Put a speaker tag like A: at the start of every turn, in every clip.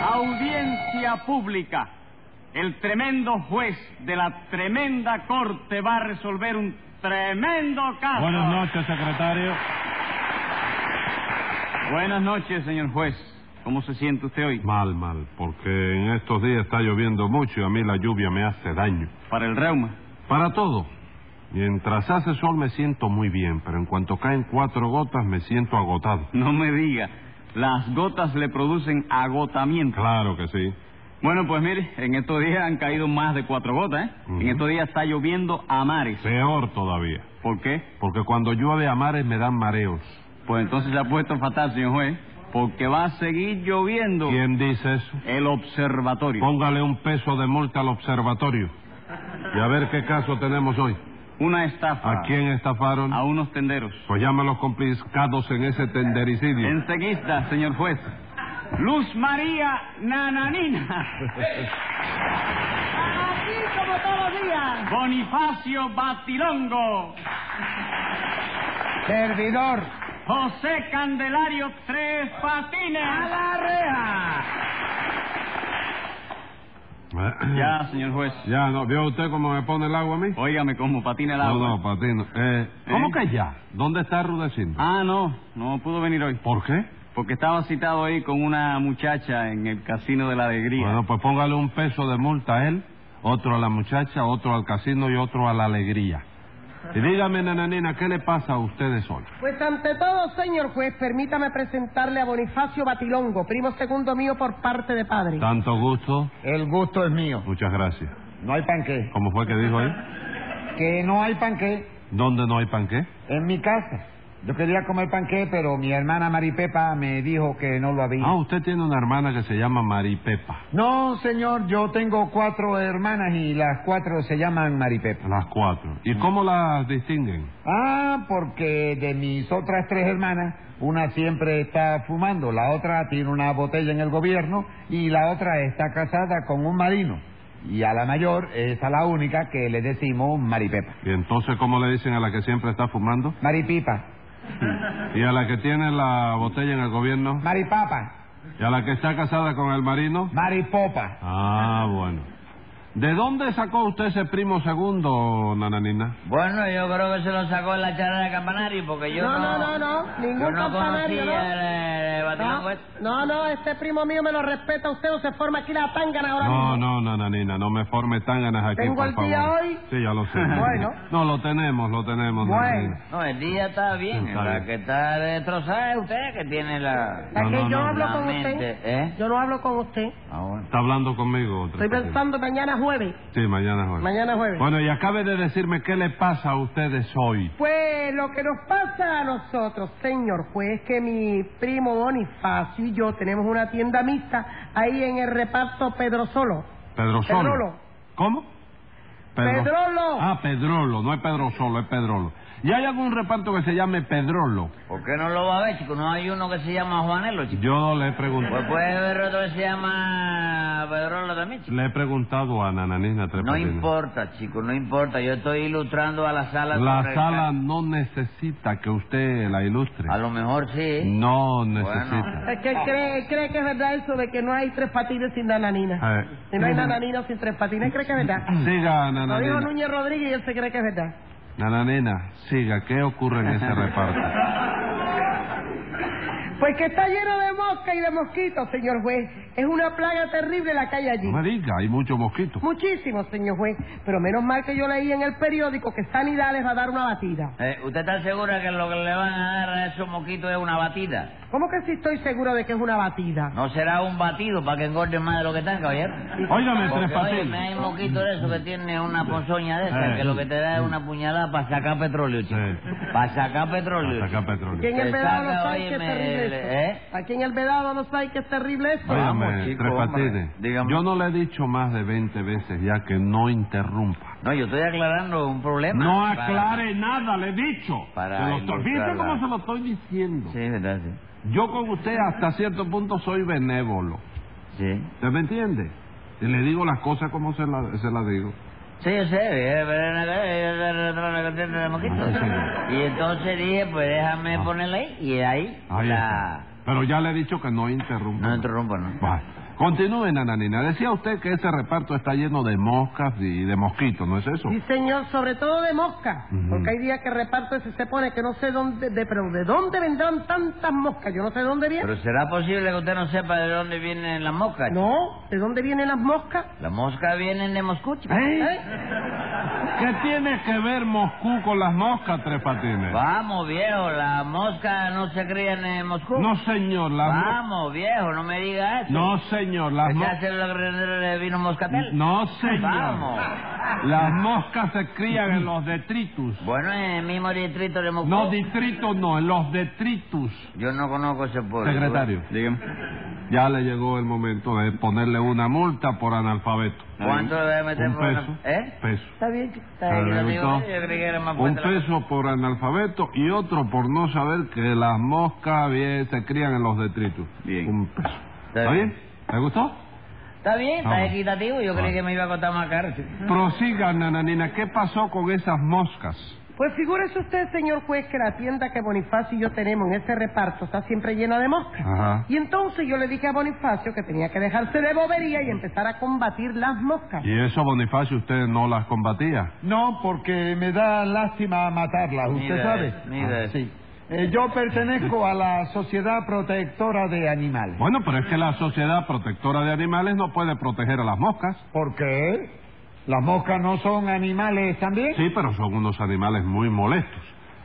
A: Audiencia pública. El tremendo juez de la tremenda corte va a resolver un tremendo caso.
B: Buenas noches, secretario.
A: Buenas noches, señor juez. ¿Cómo se siente usted hoy?
B: Mal, mal, porque en estos días está lloviendo mucho y a mí la lluvia me hace daño.
A: Para el reuma.
B: Para todo. Mientras hace sol me siento muy bien, pero en cuanto caen cuatro gotas me siento agotado.
A: No me diga. Las gotas le producen agotamiento.
B: Claro que sí.
A: Bueno, pues mire, en estos días han caído más de cuatro gotas, ¿eh?
B: Ujú.
A: En estos días está lloviendo a mares.
B: Peor todavía,
A: ¿Por qué?
B: porque cuando llueve a mares me dan mareos.
A: Pues entonces se ha puesto fatal, señor juez, porque va a seguir lloviendo
B: ¿Quién dice eso?
A: el observatorio.
B: Póngale un peso de multa al observatorio. Y a ver qué caso tenemos hoy.
A: Una estafa
B: ¿A quién estafaron?
A: Ah. a unos tenderos.
B: Pues llama a los complicados en ese tendericidio.
A: Enseguida, señor juez. Luz María Nananina.
C: Aquí como todos días.
A: Bonifacio Batilongo.
D: Servidor.
A: José Candelario Tres Patines.
D: la reja!
A: Ya, señor juez.
B: Ya, no. ¿Vio usted cómo me pone el agua a mí?
A: Óigame cómo patina el agua.
B: No, no, Patino. Eh, ¿Cómo que ya? ¿Dónde está Rudecindo?
A: Ah, no, no pudo venir hoy.
B: ¿Por qué?
A: Porque estaba citado ahí con una muchacha en el Casino de la Alegría.
B: Bueno, pues póngale un peso de multa a él, otro a la muchacha, otro al casino y otro a la alegría. Y dígame, nananina, ¿qué le pasa a ustedes hoy?
C: Pues ante todo, señor juez, permítame presentarle a Bonifacio Batilongo, primo segundo mío por parte de padre.
B: Tanto gusto.
D: El gusto es mío.
B: Muchas gracias.
D: No hay panqué.
B: ¿Cómo fue que dijo él?
D: Que no hay panqué
B: ¿Dónde no hay panqué?
D: en mi casa. Yo quería comer panqué, pero mi hermana Maripepa me dijo que no lo había.
B: Ah, usted tiene una hermana que se llama Maripepa.
D: No, señor, yo tengo cuatro hermanas y las cuatro se llaman Maripepa.
B: Las cuatro. ¿Y cómo las distinguen?
D: Ah, porque de mis otras tres hermanas, una siempre está fumando, la otra tiene una botella en el gobierno y la otra está casada con un marino. Y a la mayor es a la única que le decimos Maripepa.
B: ¿Y entonces cómo le dicen a la que siempre está fumando?
D: Maripipa.
B: ¿Y a la que tiene la botella en el gobierno?
D: Maripapa.
B: ¿Y a la que está casada con el marino?
D: Maripopa.
B: Ah, bueno. ¿De dónde sacó usted ese primo segundo, Nananina?
E: Bueno, yo creo que se lo sacó en la charla de Campanari porque yo
C: No,
E: no...
C: no, no, no, ningún
E: yo no
C: campanario,
E: conocía
C: no.
E: el, eh,
C: No,
E: batilongo este.
C: no, no, este primo mío me lo respeta usted o se forma aquí la tangana ahora
B: No,
C: mismo.
B: no, Nananina, no me forme tanganas aquí,
C: ¿Tengo
B: por
C: el
B: favor.
C: día hoy?
B: Sí, ya lo sé.
C: Bueno.
B: No, lo tenemos, lo tenemos.
C: Bueno.
B: Nananina.
E: No, el día está bien,
B: Está
E: la
B: bien.
E: que está destrozada es usted que tiene la...
C: Es que
B: no,
C: yo
B: no,
C: hablo con
E: realmente,
C: usted.
E: ¿eh?
C: Yo no hablo con usted.
E: Ah, bueno.
B: Está hablando conmigo. otra
C: Estoy
B: vez.
C: pensando mañana jueves.
B: Sí, mañana es hoy.
C: Mañana jueves.
B: Bueno, y acabe de decirme qué le pasa a ustedes hoy.
C: Pues lo que nos pasa a nosotros, señor juez, que mi primo Bonifacio y yo tenemos una tienda mixta ahí en el reparto Pedro Solo.
B: Pedro Solo.
C: Pedrolo.
B: ¿Cómo?
C: Pedrolo.
B: Ah, Pedrolo, no es Pedro Solo, es Pedrolo. ¿Y hay algún reparto que se llame Pedrolo?
E: ¿Por qué no lo va a ver, chico? No hay uno que se llama Juanelo, chico.
B: Yo no le he preguntado.
E: Pues puede haber otro que se llama Pedrolo también, chico.
B: Le he preguntado a Nananina Tres
E: No
B: Patines.
E: importa, chico, no importa. Yo estoy ilustrando a la sala. sobre
B: La
E: el
B: sala
E: caso.
B: no necesita que usted la ilustre.
E: A lo mejor
B: Mm.
E: sí.
B: No necesita.
C: Es que él cree, él cree que es verdad eso de que no hay tres patines sin nananina.
B: Eh,
C: Y no hay nananina sin tres patines, él cree que es verdad.
B: siga,
C: Lo dijo
B: Nananina.
C: Núñez Rodríguez y él se cree que es verdad.
B: Nananina, siga. ¿Qué ocurre en ese reparto?
C: Pues que está lleno de mosca y de mosquitos, señor juez. Es una plaga terrible la que hay allí.
B: No me diga, hay muchos mosquitos.
C: Muchísimo, señor juez. Pero menos mal que yo leí en el periódico que Sanidad les va a dar una batida.
E: Eh, ¿Usted está segura que lo que le van a dar a esos mosquitos es una batida?
C: ¿Cómo que si estoy seguro de que es una batida?
E: No será un batido para que engorden más de lo que están, caballero.
B: Óigame, Tres
E: Porque, oye, me
B: Patines.
E: hay mosquito de eso que tiene una ponzoña de esa,
B: Eh.
E: que lo que te da es una puñalada para sacar petróleo, chico.
B: Eh.
E: Para sacar petróleo.
B: Hasta acá,
E: chico.
C: Aquí
B: Pedrolo.
C: en el
E: Te
C: Vedado
E: saca,
C: no hay que es
E: óyeme,
C: terrible
E: el-
C: eso.
E: ¿eh?
C: Aquí en el Vedado no hay que es terrible eso.
E: Oiga,
B: Óigame,
E: Vamos, chico,
B: Tres
E: hombre,
B: Patines.
E: dígame.
B: Yo no le he dicho más de 20 veces ya que no interrumpa.
E: No, yo estoy aclarando un problema.
B: No
E: Para-
B: aclare nada, le he dicho.
E: Para
B: Se lo estoy- Fíjese
E: ilustrar la-
B: cómo se lo estoy diciendo.
E: Sí, verdad, sí.
B: Yo con usted hasta cierto punto soy benévolo.
E: Sí.
B: ¿Usted me entiende? Y le digo las cosas como se las se las digo.
E: Sí, yo sé, eh, pero en la cara, eh, de mosquitos. Y entonces dije, pues déjame
B: Ah.
E: ponerla ahí, y ahí,
B: Ahí
E: la...
B: está. Pero ya le he dicho que no interrumpa.
E: No interrumpa, ¿no?
B: Vale. Continúe, nananina. Decía usted que ese reparto está lleno de moscas y de mosquitos, ¿no es eso?
C: Sí, señor, sobre todo de mosca.
B: Ujú.
C: Porque hay días que reparto ese se pone que no sé dónde, de, pero ¿de dónde vendrán tantas moscas? Yo no sé de dónde vienen.
E: Pero será posible que usted no sepa de dónde vienen las moscas.
C: No, ¿de dónde vienen las moscas?
E: Las moscas vienen de Moscú, chico.
C: ¿Eh?
B: ¿Qué tiene que ver Moscú con las moscas, Tres Patines?
E: Vamos, viejo, las moscas no se crían en eh, Moscú.
B: No, señor, las mo-
E: Vamos, viejo, no me diga eso.
B: No, señor, las
E: ¿Qué
B: moscas...
E: hace la grandera de vino moscatel?
B: No, señor.
E: Vamos.
B: Las moscas se crían en los detritus.
E: Bueno, en el mismo distrito de Moscú.
B: No, distritos no, en los detritus.
E: Yo no conozco ese pueblo.
B: Secretario.
A: Dígame.
B: Ya le llegó el momento de ponerle una multa por analfabeto.
E: ¿Cuánto le debe meter
B: Un
E: por una-
B: peso.
E: ¿Eh?
B: Peso.
E: Está bien, chico, está
B: ¿Se
E: bien.
B: le
E: Yo, digo,
B: gustó?
E: yo creí que era más
B: Un
E: fuerte la-
B: peso por analfabeto y otro por no saber que las moscas bien, se crían en los detritus.
A: Bien.
B: Un peso.
E: Está
B: ¿Está
E: bien.
B: bien? ¿Le gustó?
E: Está bien, está
B: Vamos.
E: equitativo. Yo creí
B: Vamos.
E: que me iba a costar más caro. chico.
B: Prosiga, nananina. ¿Qué pasó con esas moscas?
C: Pues figúrese usted, señor juez, que la tienda que Bonifacio y yo tenemos en ese reparto está siempre llena de moscas.
B: Ajá.
C: Y entonces yo le dije a Bonifacio que tenía que dejarse de bobería y empezar a combatir las moscas.
B: ¿Y eso, Bonifacio, usted no las combatía?
D: No, porque me da lástima matarlas, usted
E: Mira
D: sabe.
E: eso, mira
D: Ah,
E: eso.
D: sí. Eh, yo pertenezco a la Sociedad Protectora de Animales.
B: Bueno, pero es que la Sociedad Protectora de Animales no puede proteger a las moscas.
D: ¿Por qué? ¿Las moscas no son animales también?
B: Sí, pero son unos animales muy molestos.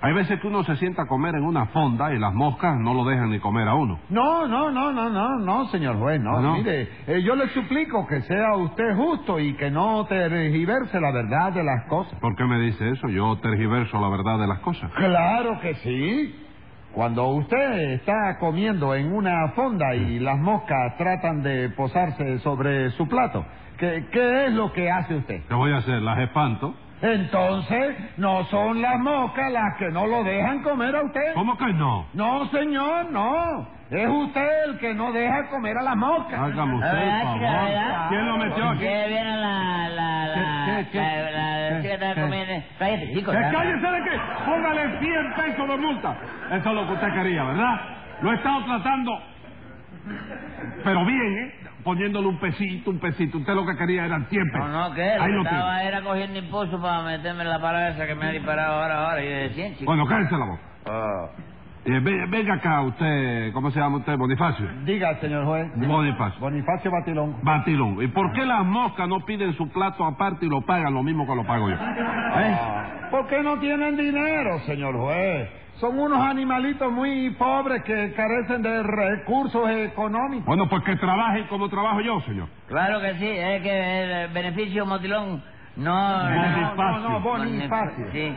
B: Hay veces que uno se sienta a comer en una fonda y las moscas no lo dejan ni comer a uno.
D: No, no, no, no, no, no, señor juez, no.
B: Ah, no.
D: Mire, eh, yo le suplico que sea usted justo y que no tergiverse la verdad de las cosas.
B: ¿Por qué me dice eso? Yo tergiverso la verdad de las cosas.
D: Claro que sí. Cuando usted está comiendo en una fonda y las moscas tratan de posarse sobre su plato, ¿qué, qué es lo que hace usted?
B: ¿Qué voy a hacer? Las espanto.
D: Entonces, no son las moscas las que no lo dejan comer a usted.
B: ¿Cómo que no?
D: No, señor, no. Es usted el que no deja comer a las moscas.
B: Hágame usted
E: ¿Verdad,
B: el
E: chica, verdad?
B: favor. ¿Quién lo metió aquí?
E: Ustedes vieron la... la... la...
B: ¿Qué, qué,
E: la- la-
B: qué,
E: la chica que
B: qué?
E: estaba comiendo... Cállate, chico.
B: ¡Que
E: ya.
B: cállese de qué! ¡Póngale 100 pesos de multa! Eso es lo que usted quería, ¿verdad? Lo he estado tratando, pero bien, ¿eh? Poniéndole un pesito, un pesito. Usted lo que quería eran 100
E: No,
B: pesos.
E: no, que
B: Ahí lo
E: lo estaba
B: tiene.
E: era cogiendo impulso para meterme en la parada esa que me ha disparado ahora, ahora, y de 100, chico.
B: Bueno, cállese la boca.
E: Oh.
B: Eh, ve- venga acá usted, ¿cómo se llama usted? Bonifacio.
D: Diga, señor juez.
B: Bonifacio.
D: Bonifacio Batilón.
B: Batilón. ¿Y por qué las moscas no piden su plato aparte y lo pagan lo mismo que lo pago yo? ¿Eh?
D: ¿Por qué no tienen dinero, señor juez? Son unos animalitos muy pobres que carecen de recursos económicos.
B: Bueno, pues que trabajen como trabajo yo, señor.
E: Claro que sí, es que el beneficio motilón no...
D: No, no,
E: Bonifacio.
D: no, Bonifacio.
E: Sí,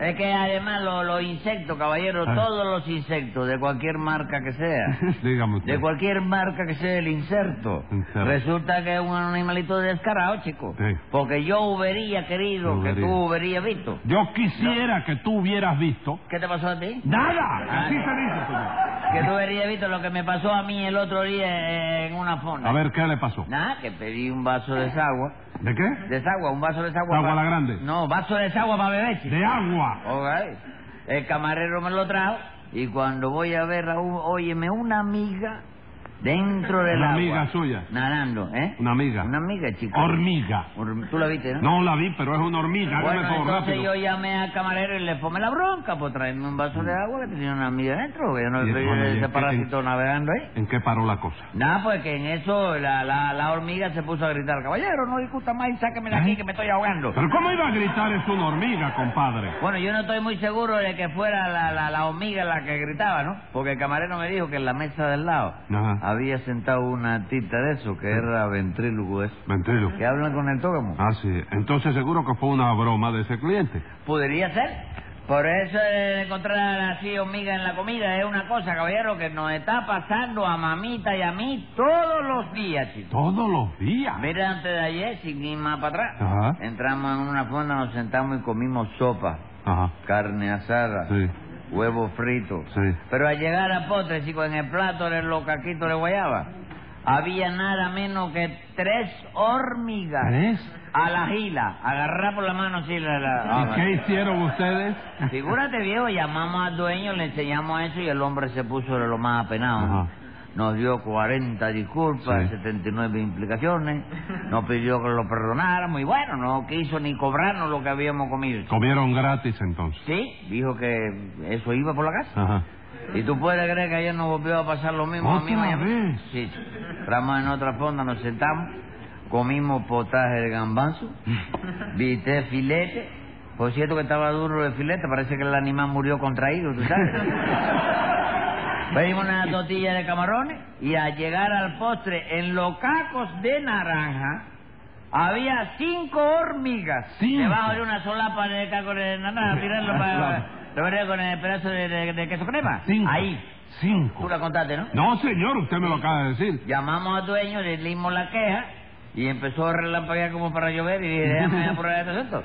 E: es que además lo- los insectos, caballero,
B: Ah.
E: todos los insectos, de cualquier marca que sea,
B: Dígame usted.
E: de cualquier marca que sea el inserto,
B: Inserto.
E: resulta que es un animalito descarado, chico.
B: Sí.
E: Porque yo hubiera querido que
B: Hubiera.
E: tú hubieras visto.
B: Yo quisiera que tú hubieras visto
E: ¿Qué te pasó a ti?
B: Nada, así se dice, señor.
E: Que tú hubieras visto lo que me pasó a mí el otro día eh, en una fonda.
B: A ver, ¿qué le pasó?
E: Nada, que pedí un vaso de desagua.
B: ¿De qué?
E: Desagua, un vaso de desagua.
B: ¿Agua
E: pa-
B: la grande?
E: No, vaso de desagua para beber. chico.
B: De agua.
E: Ok. El camarero me lo trajo y cuando voy a ver a un, óyeme, una amiga dentro del
B: Una
E: agua.
B: amiga suya.
E: Nadando, ¿eh?
B: Una amiga.
E: Una amiga, chico.
B: Hormiga.
E: Horm- Tú la viste, ¿no?
B: No la vi, pero es una hormiga.
E: Bueno,
B: Hágame el favor,
E: entonces
B: rápido.
E: yo llamé al camarero y le fomé la bronca por traerme un vaso de agua que tenía una amiga dentro. que Yo no
B: Mm. Y
E: estoy
B: bueno, ¿y en
E: ese
B: qué-
E: parásito navegando ahí.
B: ¿En qué paró la cosa?
E: Nada, pues que en eso la, la, la hormiga se puso a gritar, caballero, no discuta más y sáqueme de aquí que me estoy ahogando.
B: ¿Pero cómo iba a gritar es una hormiga, compadre?
E: Bueno, yo no estoy muy seguro de que fuera la, la, la hormiga la que gritaba, ¿no? Porque el camarero me dijo que en la mesa del lado
B: Ajá.
E: había sentado una tita de eso, que era ventrílogo eso.
B: Mentiro.
E: Que hablan con el tógamo.
B: Ah, sí. Entonces seguro que fue una broma de ese cliente.
E: Podría ser. Por eso eh, encontrar así hormiga en la comida es una cosa, caballero, que nos está pasando a mamita y a mí todos los días, chicos.
B: Todos los días.
E: Mira, antes de ayer, sin ir más para atrás,
B: Ajá.
E: entramos en una fonda, nos sentamos y comimos sopa,
B: Ajá.
E: carne asada,
B: Sí.
E: huevo frito.
B: Sí.
E: Pero al llegar a Potre, chico, en el plato de los caquitos de guayaba, había nada menos que tres hormigas
B: ¿Tres?
E: a la gila, agarrar por la mano así la... la-
B: ¿Y qué hicieron ustedes?
E: Figúrate, viejo, llamamos al dueño, le enseñamos eso y el hombre se puso de lo más apenado.
B: Ajá.
E: nos dio 40 disculpas,
B: Sí.
E: 79 implicaciones, nos pidió que lo perdonáramos y bueno, no quiso ni cobrarnos lo que habíamos comido.
B: Comieron gratis entonces.
E: Sí, dijo que eso iba por la casa.
B: Ajá.
E: ¿Y tú puedes creer que ayer nos volvió a pasar lo mismo a mí,
B: ¿Otra
E: Miami?
B: vez?
E: Sí, sí. Entramos en otra fonda, nos sentamos, comimos potaje de gambanzo, viste filete. Por cierto que estaba duro el filete, parece que el animal murió contraído, ¿tú sabes? Pedimos una tortilla de camarones y al llegar al postre, en los cacos de naranja, había cinco hormigas
B: Cinco.
E: debajo de una solapa de cacos de naranja, tirarlo para... Lo veré con el pedazo de, de- de queso crema.
B: Cinco.
E: Ahí. Tú
B: Cinco.
E: la contaste, ¿no?
B: No, señor, usted me lo acaba de decir.
E: Llamamos al dueño, le dimos la queja y empezó a relampaguear como para llover y dije, déjame apurar este asunto.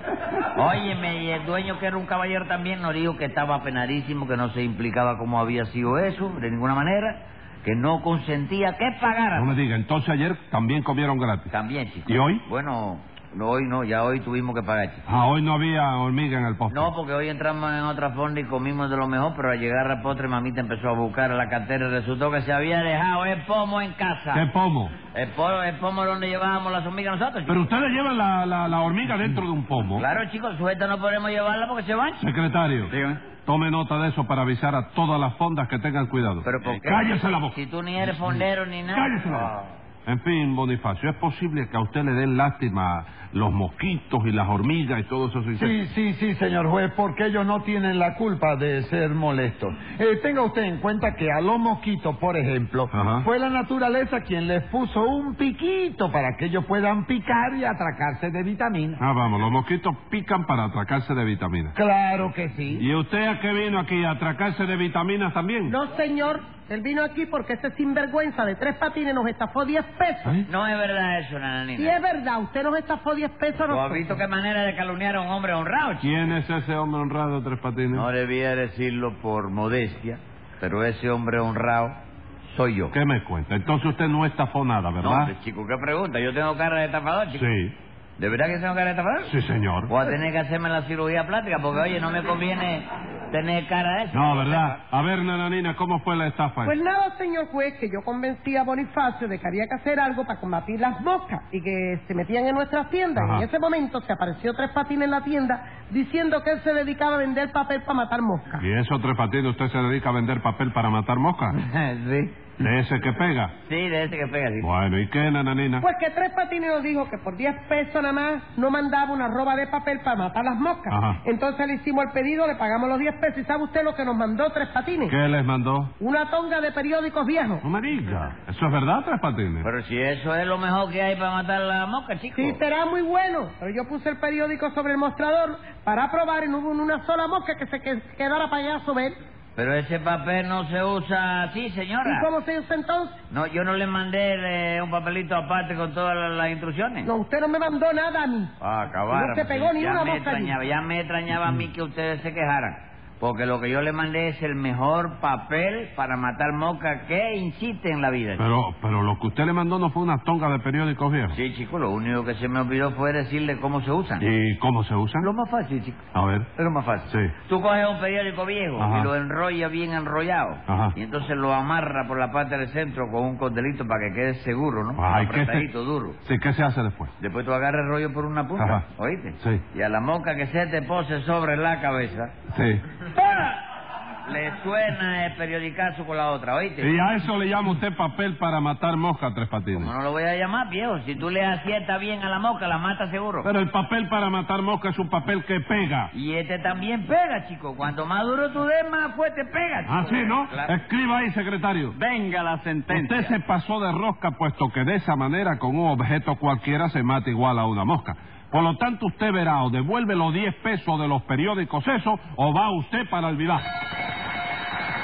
E: Óyeme, y el dueño que era un caballero también nos dijo que estaba penadísimo, que no se implicaba cómo había sido eso, de ninguna manera, que no consentía que
B: No
E: pagáramos.
B: me diga, entonces ayer también comieron gratis.
E: También, chico.
B: ¿Y hoy?
E: Bueno, no, hoy no, ya hoy tuvimos que pagar, chico.
B: Ah, hoy no había hormiga en el postre.
E: No, porque hoy entramos en otra fonda y comimos de lo mejor, pero al llegar al postre mamita empezó a buscar la cartera y resultó que se había dejado el pomo en casa.
B: ¿Qué pomo?
E: El pomo, el pomo es donde llevábamos las hormigas nosotros. chico.
B: Pero ustedes llevan la, la, la hormiga dentro de un pomo.
E: Claro, chicos, suelta no podemos llevarla porque se van. chico.
B: Secretario,
A: Dígame.
B: tome nota de eso para avisar a todas las fondas que tengan cuidado.
E: Pero ¿por qué?
B: ¡Cállese la boca!
E: Si tú ni eres fondero ni nada.
B: ¡Cállese la boca! En fin, Bonifacio, ¿es posible que a usted le den lástima los mosquitos y las hormigas y todos esos
D: Sí,
B: insectos?
D: sí, sí, señor juez, porque ellos no tienen la culpa de ser molestos. Eh, tenga usted en cuenta que a los mosquitos, por ejemplo,
B: Ajá.
D: fue la naturaleza quien les puso un piquito para que ellos puedan picar y atracarse de vitaminas.
B: Ah, vamos, los mosquitos pican para atracarse de vitaminas.
D: Claro que sí.
B: ¿Y usted a qué vino aquí? ¿A atracarse de vitaminas también?
C: No, señor, él vino aquí porque ese sinvergüenza de tres patines nos estafó 10 pesos.
B: ¿Eh?
E: No es verdad eso,
C: Y
E: nananina.
C: es verdad, usted nos estafó 10 pesos.
E: ¿Tú has
C: nosotros.
E: visto qué manera de calumniar a un hombre honrado, chico?
B: ¿Quién es ese hombre honrado, Tres Patines?
E: No debía decirlo por modestia, pero ese hombre honrado soy yo.
B: ¿Qué me cuenta? Entonces usted no estafó nada,
E: No,
B: ¿verdad?
E: hombre, chico, ¿qué pregunta? Yo tengo cara de estafador, chico.
B: sí.
E: ¿De verdad que tengo cara de estafador?
B: Sí, señor.
E: Voy a tener que hacerme la cirugía plástica porque, oye, no me conviene tener cara de eso.
B: No, ¿verdad? A ver, nananina, ¿cómo fue la estafa?
C: Pues nada, señor juez, que yo convencí a Bonifacio de que había que hacer algo para combatir las moscas y que se metían en nuestras tiendas.
B: Ajá.
C: Y en ese momento se apareció Tres Patines en la tienda diciendo que él se dedicaba a vender papel para matar moscas.
B: ¿Y eso, Tres Patines, usted se dedica a vender papel para matar moscas?
E: sí.
B: ¿De ese que pega?
E: Sí, de ese que pega, sí.
B: Bueno, ¿y qué, nananina?
C: Pues que Tres Patines nos dijo que por 10 pesos nada más no mandaba una roba de papel para matar las moscas.
B: Ajá.
C: Entonces le hicimos el pedido, le pagamos los 10 pesos y ¿sabe usted lo que nos mandó Tres Patines?
B: ¿Qué les mandó?
C: Una tonga de periódicos viejos.
B: No me diga. ¿Eso es verdad, Tres Patines?
E: Pero si eso es lo mejor que hay para matar la mosca, chico.
C: Sí, será muy bueno, pero yo puse el periódico sobre el mostrador para probar y no hubo ni una sola mosca que se que- quedara para allá sobre él.
E: Pero ese papel no se usa así, señora.
C: ¿Y cómo se hizo entonces?
E: No, yo no le mandé eh, un papelito aparte con todas la- las, instrucciones.
C: No, usted no me mandó nada a mí.
E: Ah,
C: No se pegó ni
E: ya
C: una
E: me
C: mosca allí.
E: extrañaba, Ya me extrañaba a mí que ustedes se quejaran. Porque lo que yo le mandé es el mejor papel para matar mosca que insiste en la vida.
B: Pero, pero lo que usted le mandó no fue una tonga de periódicos
C: Ah.
B: viejos.
E: Sí, chico, lo único que se me olvidó fue decirle cómo se usan.
B: ¿Y cómo se usan?
E: Lo más fácil, chico.
B: A ver.
E: Es lo más fácil.
B: Sí.
E: Tú coges un periódico viejo
B: Ajá.
E: y lo enrolla bien enrollado.
B: Ajá.
E: Y entonces lo amarra por la parte del centro con un cordelito para que quede seguro, ¿no?
B: Ay, ¿qué
E: Apretadito, duro.
B: Sí, ¿qué se hace después?
E: Después tú agarras el rollo por una punta,
B: Ajá.
E: ¿oíste?
B: Sí.
E: Y a la mosca que se te pose sobre la cabeza,
B: Sí.
E: ¡pa! le suena el periodicazo con la otra, ¿oíste?
B: ¿Y a eso le llama usted papel para matar mosca, Tres Patines?
E: Como no lo voy a llamar, viejo, si tú le aciertas bien a la mosca, la mata seguro.
B: Pero el papel para matar mosca es un papel que pega.
E: Y este también pega, chico. Cuanto más duro tú des, más fuerte pega. chico.
B: Ah, sí, ¿no?
E: Claro.
B: Escriba ahí, secretario.
A: Venga la sentencia.
B: Usted se pasó de rosca, puesto que de esa manera, con un objeto cualquiera, se mata igual a una mosca. Por lo tanto, usted verá o devuelve los 10 pesos de los periódicos eso, o va usted para el vivaje.